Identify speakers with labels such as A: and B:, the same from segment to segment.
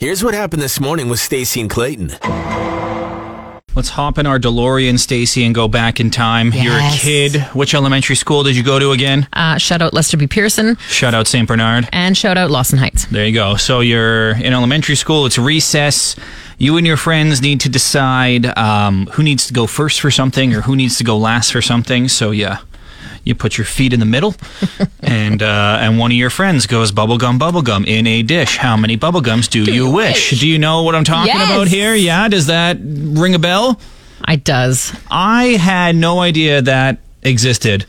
A: Here's what happened this morning with Stacy and Clayton.
B: Let's hop in our DeLorean, Stacy, and go back in time.
C: Yes.
B: You're a kid. Which elementary school did you go to again?
C: Uh, shout out Lester B. Pearson
B: Shout out St. Bernard.
C: and shout out Lawson Heights.
B: There you go. So you're in elementary school. It's recess. You and your friends need to decide um, who needs to go first for something or who needs to go last for something. So yeah, you put your feet in the middle, and uh, and one of your friends goes bubblegum, bubblegum in a dish. How many bubblegums do, you wish? Do you know what I'm talking
C: Yes.
B: about here? Yeah. Does that ring a bell?
C: I does.
B: I had no idea that existed.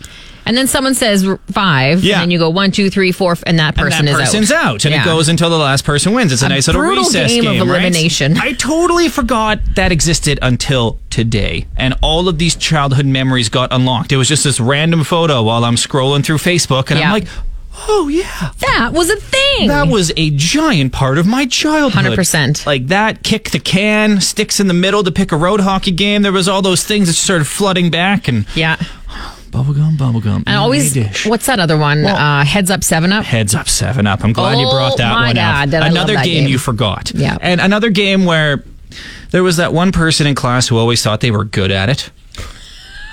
C: And then someone says r- five,
B: Yeah.
C: and then you go one, two, three, four, f- and that person
B: and that
C: is
B: person's out, and
C: Yeah.
B: it goes until the last person wins. It's a, nice little
C: brutal
B: recess
C: game of
B: right?
C: elimination.
B: I totally forgot that existed until today, and all of these childhood memories got unlocked. It was just this random photo while I'm scrolling through Facebook, and
C: Yeah.
B: I'm like, "Oh yeah,
C: That was a thing.
B: that was a giant part of my childhood."
C: 100%.
B: Like that kick the can, sticks in the middle to pick a road hockey game. There was all those things that started flooding back, and
C: yeah.
B: bubblegum, bubblegum,
C: And always,
B: dish.
C: what's that other one?
B: Well-
C: uh, heads up, seven up.
B: Heads up, seven up. I'm glad you brought
C: Oh
B: that
C: my
B: one
C: God,
B: up.
C: did I love
B: another
C: that
B: game,
C: game.
B: you forgot.
C: Yeah.
B: And another game where there was that one person in class who always thought they were good at it.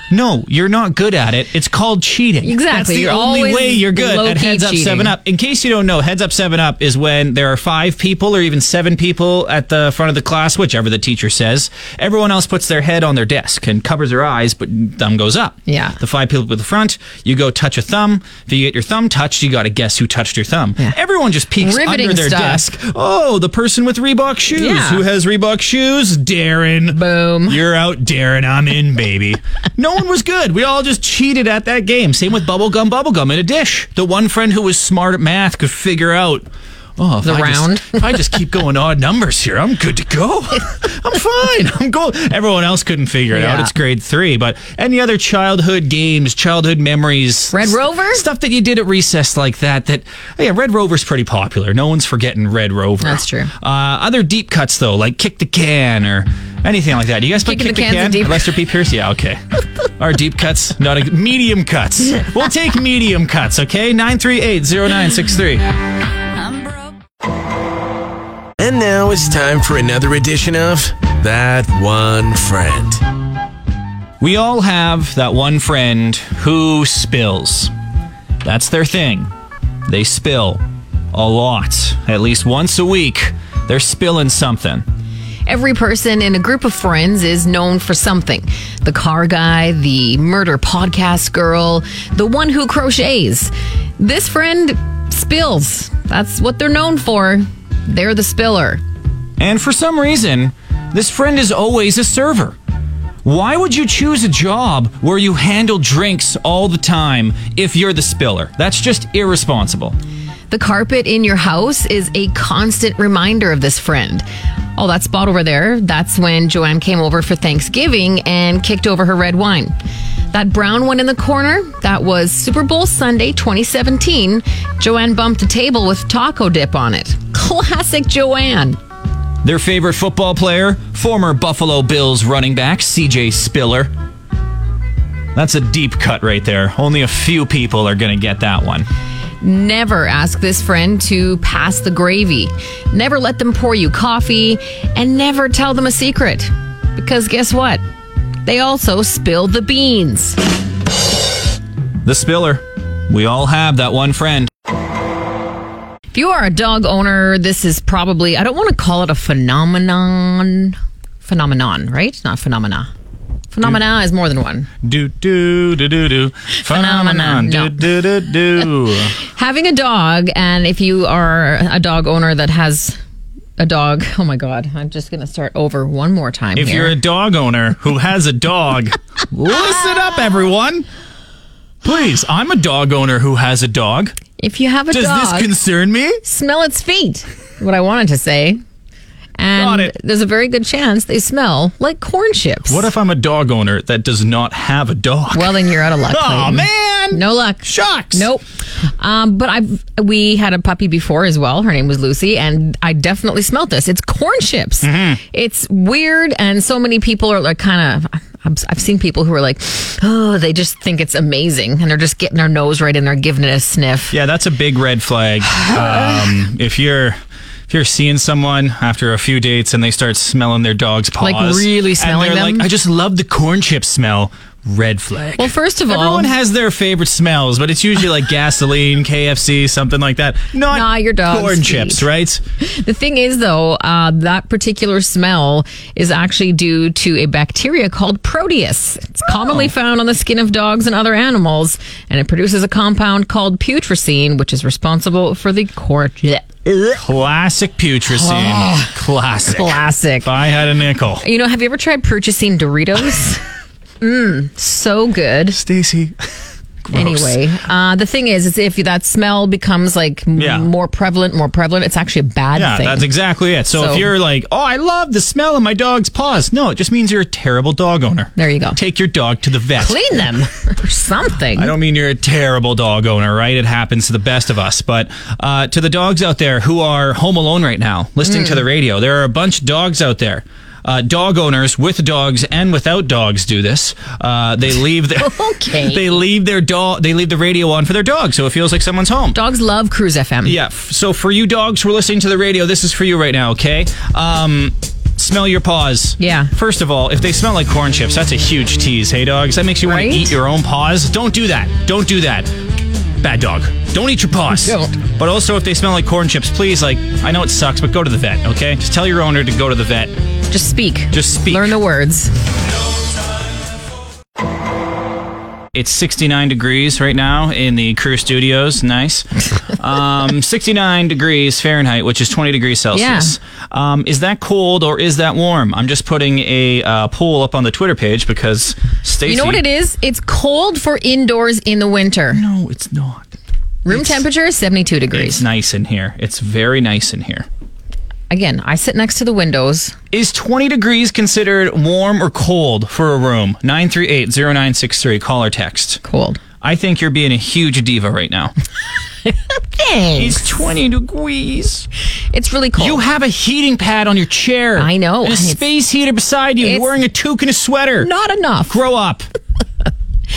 B: No, you're not good at it. It's called cheating.
C: Exactly.
B: That's the
C: You're
B: only
C: always
B: way you're good at
C: low-key
B: heads up
C: cheating.
B: seven up. In case you don't know, heads up seven up is when there are five people or even seven people at the front of the class, whichever the teacher says. Everyone else puts their head on their desk and covers their eyes, but thumb goes up.
C: Yeah.
B: The five people at the front, you go touch a thumb. If you get your thumb touched, you got to guess who touched your thumb.
C: Yeah.
B: Everyone just peeks
C: Riveting
B: under their
C: stuff.
B: desk. Oh, the person with Reebok shoes.
C: Yeah.
B: Who has Reebok shoes? Darren.
C: Boom.
B: You're out, Darren. I'm in, baby. no one was good. We all just cheated at that game. Same with bubblegum, bubblegum in a dish. The one friend who was smart at math could figure out. Oh, if
C: The
B: I
C: round.
B: Just, if I just keep going odd numbers here, I'm good to go. I'm fine. I'm gold. Everyone else couldn't figure it out.
C: Yeah.
B: It's grade three, but any other childhood games, childhood memories,
C: Red
B: s-
C: Rover?
B: stuff that you did at recess like that. That yeah, Red Rover's pretty popular. No one's forgetting Red Rover.
C: That's true.
B: Uh, other deep cuts though, like kick the can or anything like that. Do you guys play
C: Kicking
B: kick
C: the
B: the,
C: can's a
B: can?
C: deep-
B: Lester P. Pierce. Yeah, okay. Our deep cuts, not a, medium cuts. We'll take medium cuts. Okay, nine three eight zero nine six three.
A: And now it's time for another edition of That One Friend.
B: We all have that one friend who spills. That's their thing. They spill a lot. At least once a week, they're spilling something.
C: Every person in a group of friends is known for something the car guy, the murder podcast girl, the one who crochets. This friend spills. That's what they're known for. They're the spiller.
B: And for some reason, this friend is always a server. Why would you choose a job where you handle drinks all the time if you're the spiller? That's just irresponsible.
C: The carpet in your house is a constant reminder of this friend. Oh, that spot over there, that's when Joanne came over for Thanksgiving and kicked over her red wine. That brown one in the corner, that was Super Bowl Sunday 2017. Joanne bumped a table with taco dip on it. Classic Joanne.
B: Their favorite football player, former Buffalo Bills running back CJ Spiller. That's a deep cut right there. Only a few people are going to get that one.
C: Never ask this friend to pass the gravy. Never let them pour you coffee. And never tell them a secret. Because guess what? They also spill the beans.
B: The spiller. We all have that one friend.
C: If you are a dog owner, this is probably, I don't want to call it a phenomenon. Phenomenon, right? Not phenomena. Phenomena is more than one.
B: Do do do do do. Phenomenon.
C: No.
B: Do do do do.
C: Having a dog, and if you are a dog owner that has a dog, oh my God, I'm just going to start over one more time.
B: If
C: here.
B: you're a dog owner who has a dog, listen up, everyone. Please, I'm a dog owner who has a dog.
C: if you have a
B: Does
C: dog,
B: this concern me?
C: smell its feet, what I wanted to say.
B: Got
C: And
B: it.
C: there's a very good chance they smell like corn chips.
B: What if I'm a dog owner that does not have a dog?
C: well, then you're out of luck.
B: Aw,
C: Clayton.
B: man.
C: No luck.
B: Shucks.
C: Nope. Um, but I've we had a puppy before as well. Her name was Lucy, and I definitely smelled this. It's corn chips. It's weird, and so many people are like kind of. I've seen people who are like, oh, they just think it's amazing, and they're just getting their nose right in there, giving it a sniff.
B: Yeah, that's a big red flag. Um, if you're if you're seeing someone after a few dates and they start smelling their dog's paws,
C: Like, really smelling
B: and they're
C: them?
B: Like, I just love the corn chip smell. Red flag.
C: Well, first of all-
B: everyone has their favorite smells, but it's usually like gasoline, KFC, something like that. Not
C: Nah, your dog's
B: corn
C: feet.
B: chips, right?
C: The thing is, though, uh, that particular smell is actually due to a bacteria called Proteus. It's
B: Oh.
C: commonly found on the skin of dogs and other animals, and it produces a compound called putrescine, which is responsible for the corn. bleh,
B: Classic putrescine. Classic.
C: Classic.
B: If I had a nickel.
C: You know, have you ever tried purchasing Doritos? Mmm, so good.
B: Stacy.
C: Anyway, uh, the thing is, is if that smell becomes like m-
B: Yeah.
C: more prevalent, more prevalent, it's actually a bad
B: Yeah,
C: thing.
B: that's exactly it. So,
C: So-
B: if you're like, oh, I love the smell of my dog's paws, no, it just means you're a terrible dog owner.
C: There you go.
B: Take your dog to the vet.
C: Clean them or something.
B: I don't mean you're a terrible dog owner, right? It happens to the best of us. But uh, to the dogs out there who are home alone right now, listening to the radio, there are a bunch of dogs out there. Uh, dog owners with dogs and without dogs do this. Uh, they leave their
C: Okay.
B: they leave their dog they leave the radio on for their dog, so it feels like someone's home.
C: Dogs love Cruise FM.
B: Yeah. f- So for you dogs who are listening to the radio, this is for you right now. Okay. Um, smell your paws.
C: Yeah.
B: First of all, if they smell like corn chips, that's a huge tease. Hey dogs, that makes you
C: Right?
B: want to eat your own paws. Don't do that. Don't do that. Bad dog. Don't eat your paws.
C: Don't.
B: But also, if they smell like corn chips, please, like, I know it sucks, but go to the vet, okay? Just tell your owner to go to the vet.
C: Just speak.
B: Just speak.
C: Learn the words.
B: It's 69 degrees right now in the crew studios. Nice. Um, 69 degrees Fahrenheit, which is 20 degrees Celsius. Um, is that cold or is that warm? I'm just putting a uh, poll up on the Twitter page because Stacy.
C: You know what it is? It's cold for indoors in the winter.
B: No, it's not.
C: Room temperature is 72
B: It's
C: degrees.
B: nice in here. It's very nice in here.
C: Again, I sit next to the windows.
B: Is 20 degrees considered warm or cold for a room? 938 0963. Call or text.
C: Cold.
B: I think you're being a huge diva right now.
C: Thanks.
B: It's 20 degrees.
C: It's really cold.
B: You have a heating pad on your chair.
C: I know,
B: And a
C: and it's-
B: space heater beside you.
C: it's-
B: You're wearing a toque and a sweater.
C: Not enough.
B: Grow up.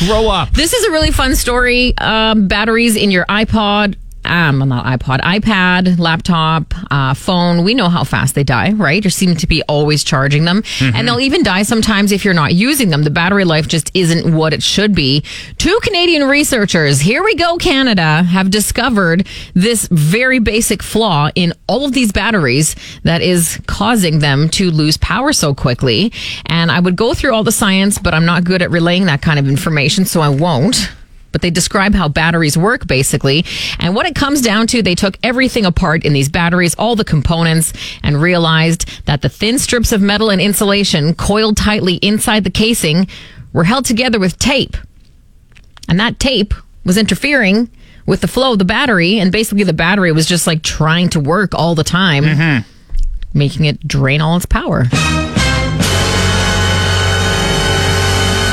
B: Grow up.
C: This is a really fun story. Um, batteries in your iPod. Um, well, not iPod, iPad, laptop, uh, phone. We know how fast they die, right? You seem to be always charging them. And they'll even die sometimes if you're not using them. The battery life just isn't what it should be. Two Canadian researchers, here we go, Canada, have discovered this very basic flaw in all of these batteries that is causing them to lose power so quickly. And I would go through all the science, but I'm not good at relaying that kind of information, so I won't. But they describe how batteries work basically. And what it comes down to, they took everything apart in these batteries, all the components, and realized that the thin strips of metal and insulation coiled tightly inside the casing were held together with tape and that tape was interfering with the flow of the battery and basically the battery was just like trying to work all the time making it drain all its power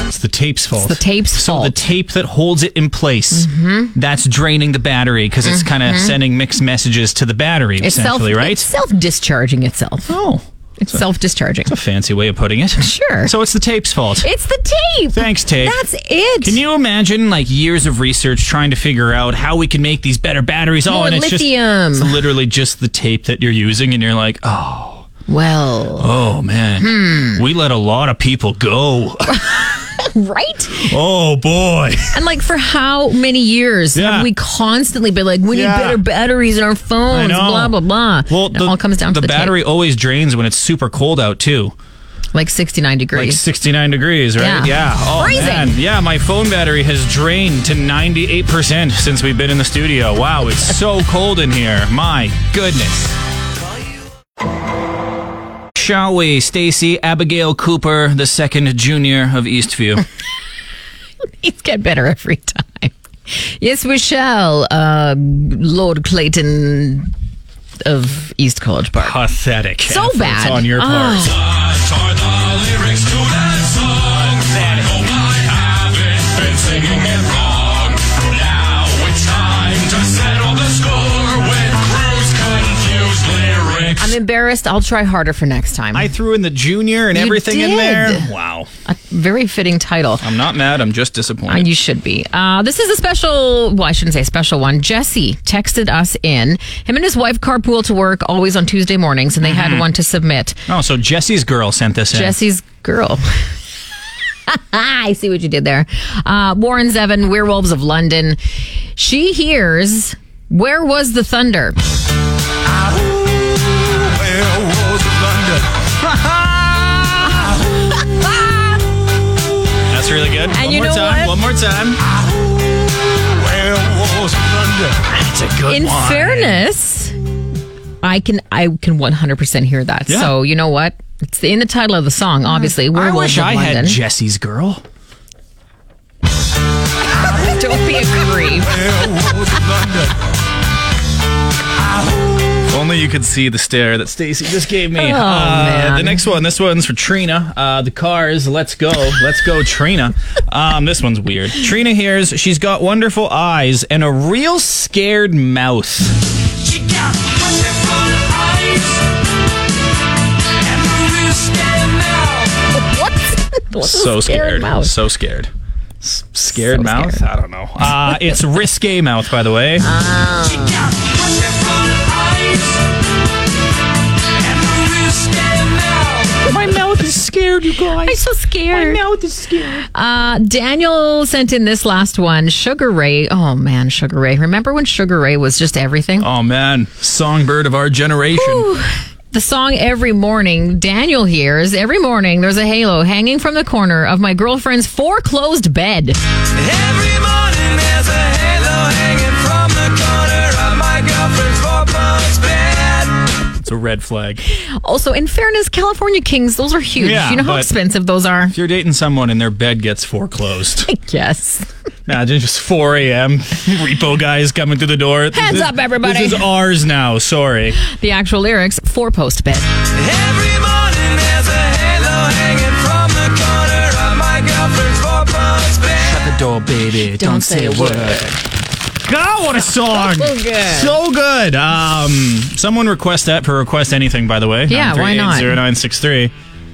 B: It's the tape's fault.
C: the tape's
B: so
C: fault. Mm-hmm.
B: the tape that holds it in place, that's draining the battery because it's kind of sending mixed messages to the battery,
C: it's self
B: essentially, right?
C: it's self-discharging itself
B: oh,
C: it's self-discharging
B: a fancy way of putting it.
C: Sure.
B: So it's the tape's fault.
C: it's the tape
B: Thanks, tape.
C: that's it
B: Can you imagine like years of research trying to figure out how we can make these better batteries? oh,
C: More
B: and it's
C: lithium.
B: just it's literally just the tape that you're using, and you're like, oh,
C: well
B: oh man,
C: Hmm.
B: we let a lot of people go.
C: right
B: oh boy,
C: and like for how many years
B: Yeah.
C: have we constantly been like we need
B: Yeah.
C: better batteries in our
B: I
C: phones
B: know.
C: blah blah blah
B: Well,
C: And it all comes down
B: the
C: to the tape.
B: battery always drains when it's super cold out too,
C: like 69
B: like
C: degrees
B: 69 degrees, right?
C: Yeah.
B: Oh
C: Freezing.
B: man, yeah. My phone battery has drained to 98 percent since we've been in the studio. Wow, it's so cold in here. My goodness. Shall we, Stacy Abigail Cooper, the second junior of Eastview?
C: These get better every time. Yes, we shall, uh, Lord Clayton of East College Park.
B: Pathetic.
C: So
B: efforts
C: bad.
B: on your part.
C: Oh. I'm embarrassed. I'll try harder for next time.
B: I threw in the junior and
C: You
B: everything in there.
C: did.
B: Wow.
C: A very fitting title.
B: I'm not mad. I'm just disappointed.
C: Uh, you should be. Uh, this is a special, well, I shouldn't say special one. Jesse texted us in. Him and his wife carpool to work always on Tuesday mornings, and they
B: Mm-hmm.
C: had one to submit.
B: oh, so Jesse's girl sent this in.
C: Jesse's girl. I see what you did there. Uh, Warren Zevon, Werewolves of London. She hears, Where was the thunder?
B: Ah! That's really good. one
C: you
B: more
C: know
B: time.
C: what?
B: One more time. That's a good
C: In
B: one.
C: fairness, I can I can 100% hear that.
B: Yeah.
C: So you know what? It's in the title of the song, obviously.
B: I
C: Werewolves
B: wish
C: of
B: I
C: London.
B: had Jesse's girl.
C: Don't be a creep.
B: If only you could see the stare that Stacy just gave me.
C: Oh,
B: uh,
C: man.
B: The next one, this one's for Trina. Uh, the cars, let's go. Let's go, Trina. Um, this one's weird. Trina hears she's got wonderful eyes and a real scared mouth.
D: She got wonderful eyes and a real scary mouth.
C: What? What's a
B: so
C: scared
B: scared.
C: mouth?
B: So scared. S- scared
C: So
B: mouth?
C: scared. Um,
B: I don't know. Uh, it's risque mouth, by the way.
D: She got wonderful eyes and a real scary mouth.
B: My mouth is scared, you guys.
C: I'm so scared.
B: mouth is scared.
C: Uh, Daniel sent in this last one. Sugar Ray. Oh man, Sugar Ray. Remember when Sugar Ray was just everything?
B: Oh man, songbird of our generation.
C: The song every morning Daniel hears every morning there's a halo hanging from the corner of my girlfriend's foreclosed bed.
D: Every morning there's a halo hanging from the corner of my girlfriend's four-post bed.
B: It's a red flag.
C: Also, in fairness, California Kings, those are huge.
B: Yeah,
C: you know how
B: but-
C: expensive those are?
B: If you're dating someone and their bed gets foreclosed,
C: Yes.
B: imagine just 4 a.m. repo guys coming through the door. This
C: Hands
B: is-
C: up, everybody.
B: This is ours now. Sorry.
C: The actual lyrics, four post bed.
D: Every morning there's a halo hanging from the corner of my girlfriend's four-post bed.
B: The door, baby. Don't,
C: say a word.
B: God, what a song!
C: So good.
B: So good. Um, someone request that for request anything. By the way,
C: Yeah, why not?
B: Zero nine six three.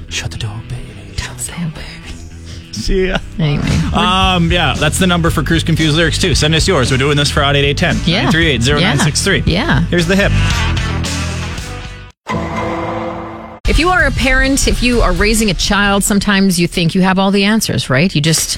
B: Shut the door, baby.
C: Don't say a word.
B: See ya.
C: Anyway.
B: Um, yeah, that's the number for Cruise Confused Lyrics, too. Send us yours. We're doing this Friday at 810.
C: Yeah.
B: 938-0963.
C: Yeah.
B: Here's the hip.
C: If you are a parent, if you are raising a child, sometimes you think you have all the answers, right? You just.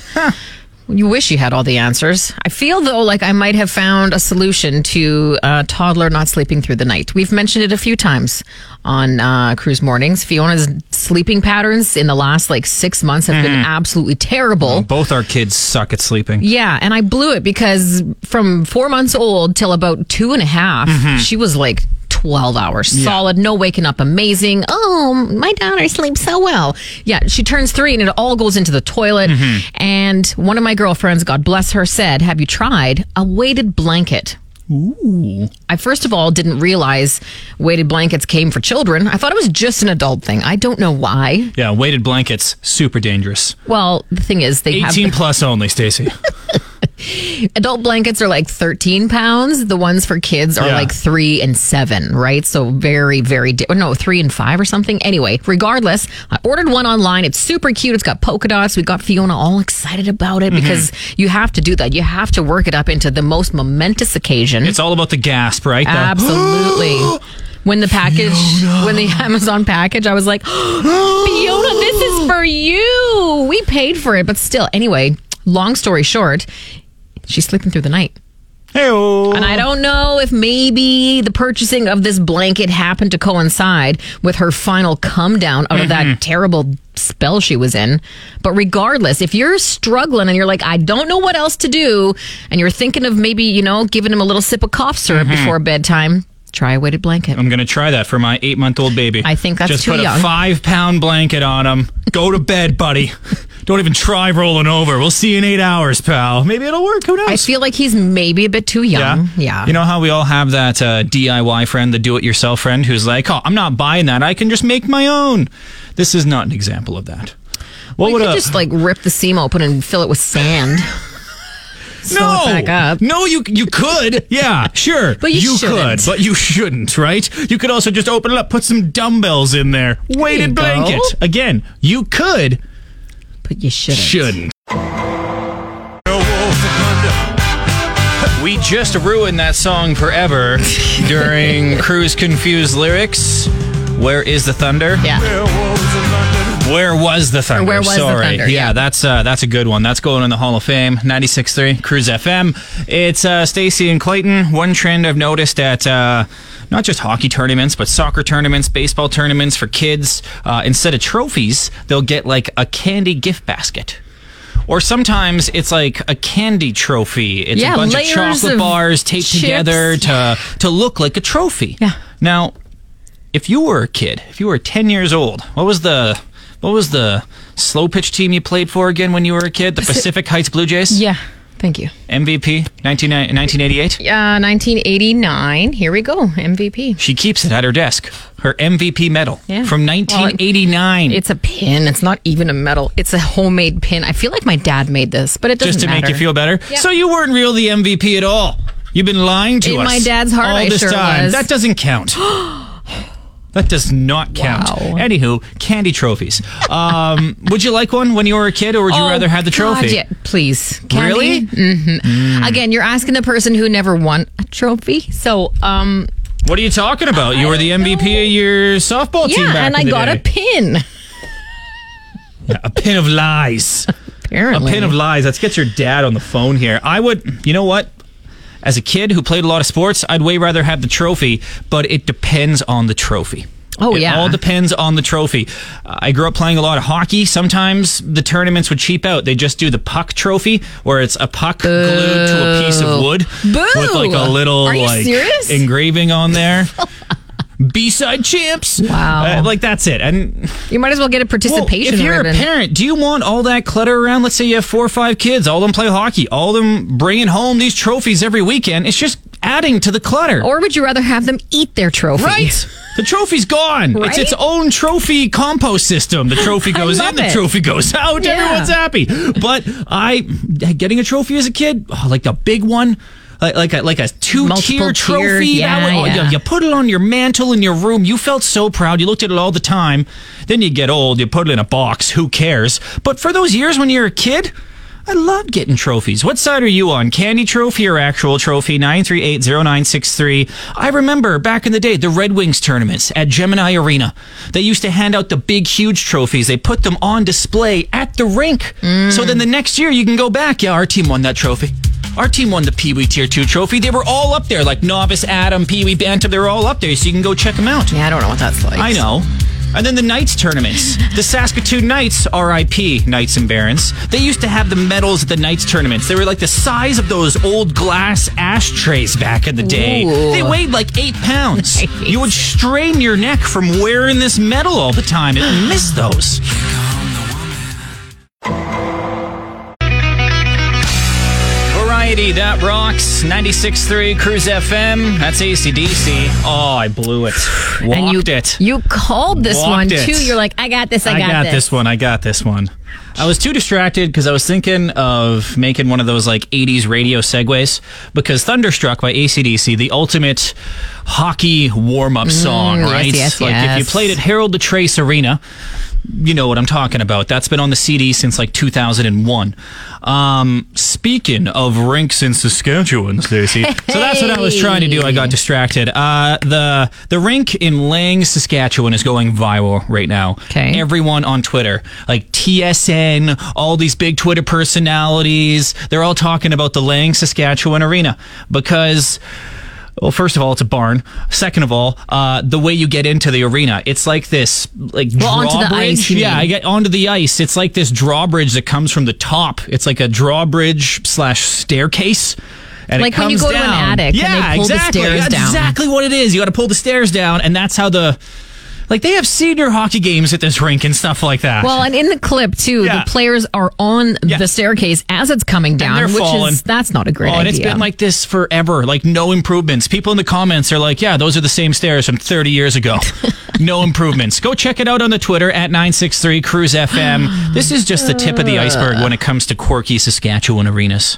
C: You wish you had all the answers. I feel though like I might have found a solution to uh, toddler not sleeping through the night. We've mentioned it a few times on uh, cruise mornings. Fiona's sleeping patterns in the last like six months have been absolutely terrible.
B: Both our kids suck at sleeping.
C: Yeah, and I blew it because from four months old till about two and a half, she was like 12 hours solid, no waking up, amazing. Oh, my daughter sleeps so well. Yeah, she turns three and it all goes into the toilet. And one of my girlfriends, God bless her, said, Have you tried a weighted blanket? I first of all didn't realize weighted blankets came for children. I thought it was just an adult thing. I don't know why.
B: Yeah, weighted blankets, super dangerous.
C: Well, the thing is, they have
B: 18 plus only, Stacy.
C: adult blankets are like 13 pounds the ones for kids are
B: Yeah.
C: like three and seven right so very very di- no three and five or something anyway regardless i ordered one online it's super cute it's got polka dots we got fiona all excited about
B: Mm-hmm.
C: it because you have to do that you have to work it up into the most momentous occasion
B: it's all about the gasp, right? The-
C: absolutely when the package when the amazon package i was like Fiona, this is for you. We paid for it, but still. Anyway, long story short, she's sleeping through the night.
B: Hey-oh.
C: And I don't know if maybe the purchasing of this blanket happened to coincide with her final come down out of
B: Mm-hmm.
C: that terrible spell she was in. But regardless, if you're struggling and you're like, I don't know what else to do, and you're thinking of maybe, you know, giving him a little sip of cough syrup
B: Mm-hmm.
C: before bedtime, try a weighted blanket.
B: I'm going to try that for my eight month old baby.
C: I think that's
B: Just
C: too
B: put
C: young.
B: a five pound blanket on him. Go to bed, buddy. Don't even try rolling over. We'll see you in eight hours, pal. Maybe it'll work. Who knows?
C: I feel like he's maybe a bit too young. Yeah.
B: You know how we all have that uh, DIY friend, the do it yourself friend, who's like, oh, I'm not buying that. I can just make my own. This is not an example of that. What uh,
C: we
B: would
C: could
B: a,
C: just like rip the seam open and fill it with sand. Swell it back up.
E: No, you you could. Yeah, sure.
C: But you
E: could,
C: shouldn't.
E: but you shouldn't, right? You could also just open it up, put some dumbbells in there.
C: you
E: Weighted
C: go.
E: blanket. Again, you could,
C: But you shouldn't.
E: shouldn't.
B: We just ruined that song forever during Cruise Confused lyrics. Where is the thunder?
C: Yeah.
B: Where was the thunder?
C: where was the
B: Sorry.
C: thunder,
B: Yeah,
C: yeah.
B: that's uh, that's a good one. That's going in the Hall of Fame. 96.3 Cruise FM. It's uh, Stacy and Clayton. One trend I've noticed at uh, not just hockey tournaments, but soccer tournaments, baseball tournaments for kids. Uh, instead of trophies, they'll get like a candy gift basket. Or sometimes it's like a candy trophy. It's
C: Yeah,
B: a bunch of
C: layers
B: chocolate
C: of
B: bars taped
C: chips.
B: together to to look like a trophy.
C: Yeah.
B: Now, if you were a kid, if you were 10 years old, what was the what was the slow pitch team you played for again when you were a kid? The Pacific Heights Blue Jays?
C: Yeah. Thank you.
B: MVP 19, 1988?
C: Uh, 1989. Here we go. MVP.
B: She keeps it at her desk. Her MVP medal
C: Yeah.
B: from 1989.
C: It's a pin. It's not even a medal. It's a homemade pin. I feel like my dad made this, but it doesn't
B: just to make
C: matter.
B: you feel better.
C: Yeah.
B: So you weren't real the MVP at all. You've been lying to
C: In
B: us.
C: my dad's heart,
B: all
C: I
B: this
C: sure
B: time.
C: was.
B: That doesn't count. that does not count.
C: Wow.
B: Anywho, candy trophies. Um, would you like one when you were a kid, or would you
C: Oh,
B: rather have the
C: God,
B: trophy?
C: yeah. please.
B: Really? Mm.
C: hmm Again, you're asking the person who never won a trophy. So, um,
B: What are you talking about? You were the MVP of your softball team.
C: yeah,
B: back
C: and
B: in
C: I
B: the
C: got a
B: day.
C: pin.
B: a pin of lies.
C: Apparently,
B: A pin of lies. Let's get your dad on the phone here. I would, you know what? As a kid who played a lot of sports, I'd way rather have the trophy, but it depends on the trophy.
C: Oh,
B: it
C: yeah.
B: all depends on the trophy. I grew up playing a lot of hockey. Sometimes the tournaments would cheap out. They just do the puck trophy, where it's a puck glued to a piece of wood
C: Boo.
B: with like a little
C: Are you
B: like
C: serious?
B: engraving on there. B-side champs.
C: Wow.
B: Uh, like that's it. And
C: you might as well get a
B: well,
C: participation
B: if you're
C: ribbon.
B: a parent, do you want all that clutter around? Let's say you have four or five kids, all of them play hockey, all of them bringing home these trophies every weekend. It's just adding to the clutter.
C: or would you rather have them eat their trophy?
B: Right, the trophy's gone. It's
C: Right?
B: its own trophy compost system. The trophy
C: I
B: goes in,
C: love
B: the
C: it.
B: trophy goes out.
C: Yeah.
B: Everyone's happy. But I getting a trophy as a kid, oh, like a big one, like like a, like a two tier
C: Multiple-tier,
B: trophy.
C: yeah,
B: that one, oh,
C: yeah.
B: you- you put it on your mantle in your room. You felt so proud. You looked at it all the time. Then you get old. You put it in a box. Who cares? But for those years when you're a kid. I loved getting trophies. What side are you on? Candy trophy or actual trophy? 9380963. I remember back in the day, the Red Wings tournaments at Gemini Arena. They used to hand out the big, huge trophies. They put them on display at the rink. So then the next year, you can go back. Yeah, our team won that trophy. Our team won the Pee Wee Tier 2 trophy. They were all up there, like Novice, Adam, Pee Wee, Bantam. They were all up there, so you can go check them out.
C: Yeah, I don't know what that's like.
B: I know. And then the Knights tournaments. The Saskatoon Knights, RIP, Knights and Barons. They used to have the medals at the Knights tournaments. They were like the size of those old glass ashtrays back in the day.
C: Ooh.
B: They weighed like eight pounds.
C: Nice.
B: You would strain your neck from wearing this medal all the time and miss those. Variety that rocks 96.3 Cruise FM. That's ACDC. Oh, I blew it. Walked
C: And you,
B: it.
C: you called this
B: Walked
C: one
B: it.
C: too. You're like, I got this. I,
B: I got, this. one. I got this one. I was too distracted because I was thinking of making one of those like 80s radio segues because Thunderstruck by ACDC, the ultimate hockey warm up song,
C: Mm, yes,
B: right?
C: yes,
B: like if you
C: yes.
B: played at Harold the Trace Arena, you know what I'm talking about. That's been on the CD since like 2001. Um, speaking of rinks in Saskatchewan, Stacey. So that's what I was trying to do. I got distracted. Uh, the the rink in Lang, Saskatchewan, is going viral right now.
C: Okay.
B: Everyone on Twitter, like TSN, all these big Twitter personalities, they're all talking about the Lang, Saskatchewan arena because. Well, first of all, it's a barn. Second of all, uh, the way you get into the arena, it's like this, like
C: Well, onto the ice,
B: drawbridge.
C: you
B: yeah,
C: mean.
B: I get onto the ice. It's like this drawbridge that comes from the top. It's like a drawbridge slash staircase. And
C: Like
B: it
C: when you
B: comes
C: go to an
B: down.
C: attic and
B: yeah,
C: they pull the
B: exactly.
C: stairs
B: That's
C: down.
B: Exactly what it is. You got to pull the stairs down, and that's how the like they have senior hockey games at this rink and stuff like that.
C: Well, and in the clip too,
B: Yeah.
C: the players are on
B: Yeah.
C: the staircase as it's coming down,
B: they're
C: which
B: falling.
C: is that's not a great
B: Oh,
C: idea.
B: and it's been like this forever. Like no improvements. People in the comments are like, "Yeah, those are the same stairs from 30 years ago. no improvements." Go check it out on the Twitter at 963 Cruise FM. this is just the tip of the iceberg when it comes to quirky Saskatchewan arenas.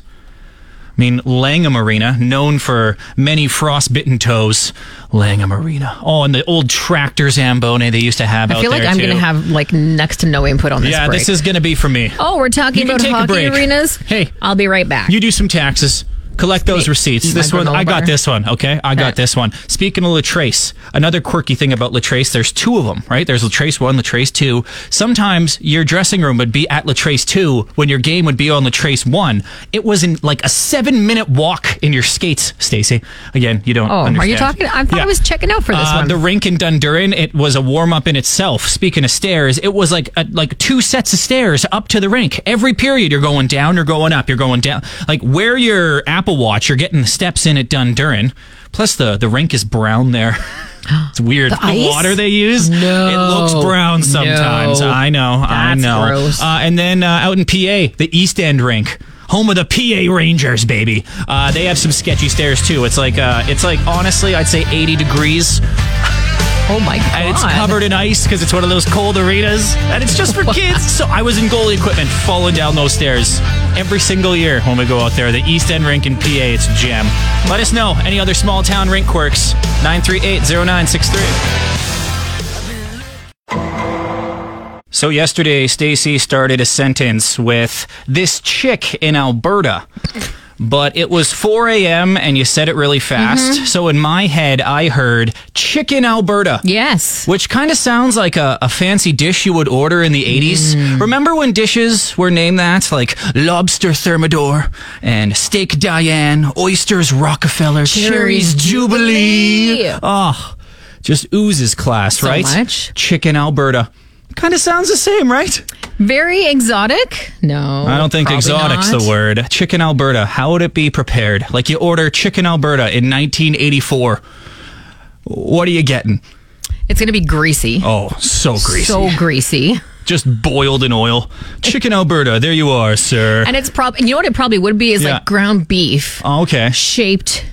B: I mean, Langham Arena, known for many frostbitten toes. Langham Arena. Oh, and the old tractor Zambone they used to have
C: I
B: out
C: feel like
B: there,
C: I'm
B: too.
C: going to have like next to no input on this.
B: Yeah,
C: break.
B: this is going to be for me.
C: Oh, we're
B: You
C: talking
B: can
C: about
B: take a
C: hockey
B: break.
C: arenas.
B: Hey.
C: I'll be right back.
B: You do some taxes. Collect those receipts.
C: eat
B: This
C: my
B: one, I
C: granola
B: got
C: bar.
B: this one. Okay, I got this one. Speaking of Latrace, another quirky thing about Latrace, there's two of them, right? There's Latrace one, Latrace two. Sometimes your dressing room would be at Latrace two when your game would be on Latrace one. It was in like a seven minute walk in your skates, Stacy. Again, you don't.
C: oh,
B: understand.
C: are you talking? I thought
B: Yeah.
C: I was checking out for this
B: Uh,
C: one.
B: The rink in Dundurin, it was a warm up in itself. Speaking of stairs, it was like a, like two sets of stairs up to the rink. Every period, you're going down, you're going up, you're going down. Like wear your Apple Watch, you're getting the steps in at Dundurin. Plus the the rink is brown there. It's weird.
C: The ice?
B: water they use,
C: No.
B: it looks brown sometimes.
C: No.
B: I know, I
C: That's
B: know.
C: gross.
B: Uh, and then uh, out in PA, the East End rink. Home of the PA Rangers, baby. Uh, they have some sketchy stairs too. It's like uh, it's like honestly, I'd say 80 degrees,
C: oh my god!
B: and it's covered in ice because it's one of those cold arenas, and it's just for kids. So I was in goalie equipment, falling down those stairs every single year when we go out there. The East End rink in PA, it's a gem. Let us know any other small town rink quirks. 938-0963. So yesterday, Stacy started a sentence with this chick in Alberta. But it was 4 a.m. and you said it really fast. So in my head, I heard chicken Alberta.
C: Yes.
B: Which kind of sounds like a, a fancy dish you would order in the 80s.
C: Mm.
B: Remember when dishes were named that? Like lobster thermidor and steak Diane, oysters Rockefeller, cherries,
C: Cherries
B: Jubilee.
C: Jubilee.
B: Oh, just oozes class,
C: So
B: right?
C: much.
B: Chicken Alberta. Kind of sounds the same, right?
C: Very exotic. No,
B: I don't think
C: Oh, probably
B: exotic's
C: not.
B: the word. Chicken Alberta. How would it be prepared? Like you order chicken Alberta in 1984. What are you getting?
C: It's going to be greasy.
B: Oh, so greasy.
C: So greasy.
B: just boiled in oil. Chicken Alberta, there you are, sir.
C: And it's probably, you know what it probably would be is
B: Yeah.
C: like ground beef
B: Oh, okay.
C: shaped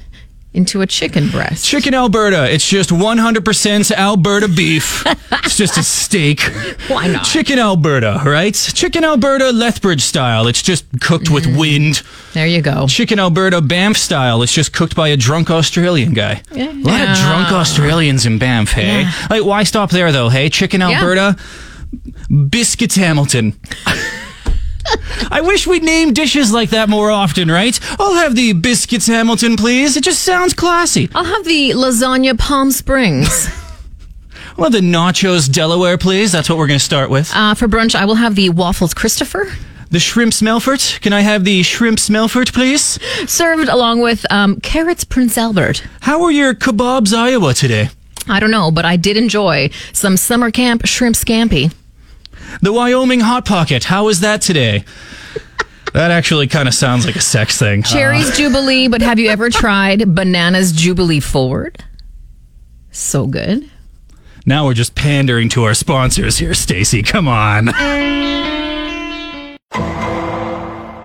C: into a chicken breast.
B: Chicken Alberta, it's just 100% Alberta beef. it's just a steak.
C: Why not?
B: Chicken Alberta, right? Chicken Alberta Lethbridge style, it's just cooked with wind.
C: There you go.
B: Chicken Alberta Banff style, it's just cooked by a drunk Australian guy. A lot of drunk Australians in Banff, hey?
C: Yeah.
B: Like, why stop there though, hey? Chicken Alberta, Biscuits Hamilton. I wish we'd name dishes like that more often, right? I'll have the biscuits Hamilton, please. It just sounds classy.
C: I'll have the lasagna Palm Springs.
B: I'll have the nachos Delaware, please. That's what we're going to start with.
C: uh, for brunch, I will have the waffles Christopher
B: the shrimp Smelford. Can I have the shrimp Smelford, please?
C: served along with um, carrots Prince Albert.
B: How are your kebabs Iowa today?
C: I don't know, but I did enjoy some summer camp shrimp scampi.
B: Uh. The Wyoming hot pocket. How is that today? That actually kind of sounds like a sex thing. huh?
C: Cherries Jubilee, but have you ever tried bananas Jubilee Forward? So good.
B: Now we're just pandering to our sponsors here, Stacy. Come on.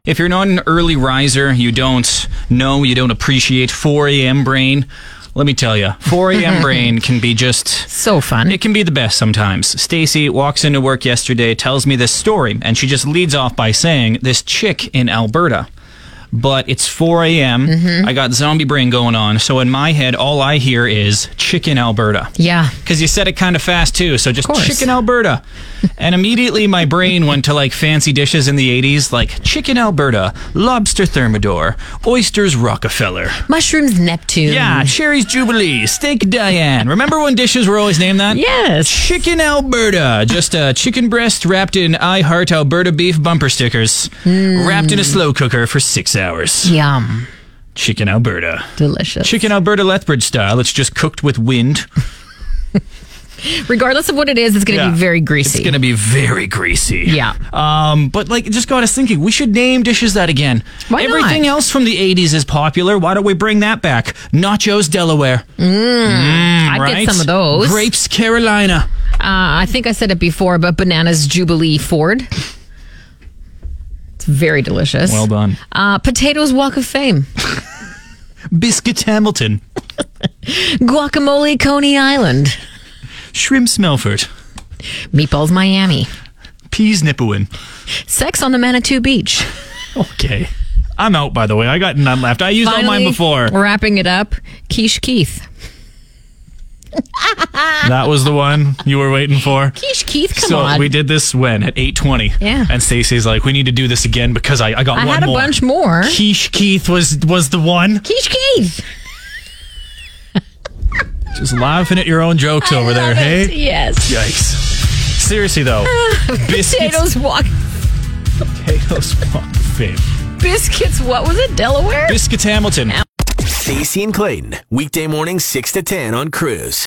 B: If you're not an early riser, you don't know, you don't appreciate 4 a.m. brain. Let me tell you, 4 a.m. brain can be just.
C: So fun.
B: It can be the best sometimes. Stacy walks into work yesterday, tells me this story, and she just leads off by saying, "This chick in Alberta." But it's 4 a.m. I got zombie brain going on, so in my head, all I hear is chicken Alberta.
C: yeah.
B: Because you said it kind of fast too, so just
C: course.
B: chicken Alberta. and immediately my brain went to like fancy dishes in the 80s, like chicken Alberta, lobster thermidor, oysters Rockefeller.
C: Mushrooms Neptune.
B: Yeah, cherries Jubilee, steak Diane. Remember when dishes were always named that?
C: Yes.
B: Chicken Alberta, just a chicken breast wrapped in I Heart Alberta beef bumper stickers,
C: Hmm.
B: wrapped in a slow cooker for six hours.
C: Yum.
B: Chicken Alberta.
C: Delicious.
B: Chicken Alberta Lethbridge style, it's just cooked with wind.
C: Regardless of what it is, it's going to
B: Yeah.
C: be very greasy.
B: It's going to be very greasy.
C: Yeah.
B: Um, but like, it just got us thinking. We should name dishes that again.
C: Why not?
B: Everything else from the '80s is popular. Why don't we bring that back? Nachos Delaware.
C: I'd
B: right?
C: get some of those.
B: Grapes Carolina.
C: Uh, I think I said it before, but bananas Jubilee Ford. It's very delicious.
B: done.
C: Uh, potatoes Walk of Fame.
B: Biscuit Hamilton.
C: Guacamole Coney Island.
B: Shrimp Smelford.
C: Meatballs Miami.
B: Peas Nipawin.
C: Sex on the Manitou Beach.
B: Okay. I'm out, by the way. I got none left. I used all mine before.
C: Wrapping it up, Keish Keith.
B: That was the one you were waiting for.
C: Keish Keith, come
B: so
C: on.
B: we did this when at 8:20.
C: Yeah.
B: And Stacey's like, we need to do this again because I, I got
C: I
B: one
C: had a
B: more.
C: bunch more.
B: Keish Keith was was the one.
C: Keish Keith.
B: Just laughing at your own jokes over there.
C: Love
B: Hey.
C: it. Yes.
B: Yikes. Seriously though, biscuits,
C: Potatoes walk.
B: potatoes, walk fame.
C: Biscuits, what was it? Delaware?
B: Biscuits Hamilton.
A: Stacey and Clayton, weekday morning 6 to 10 on Cruise.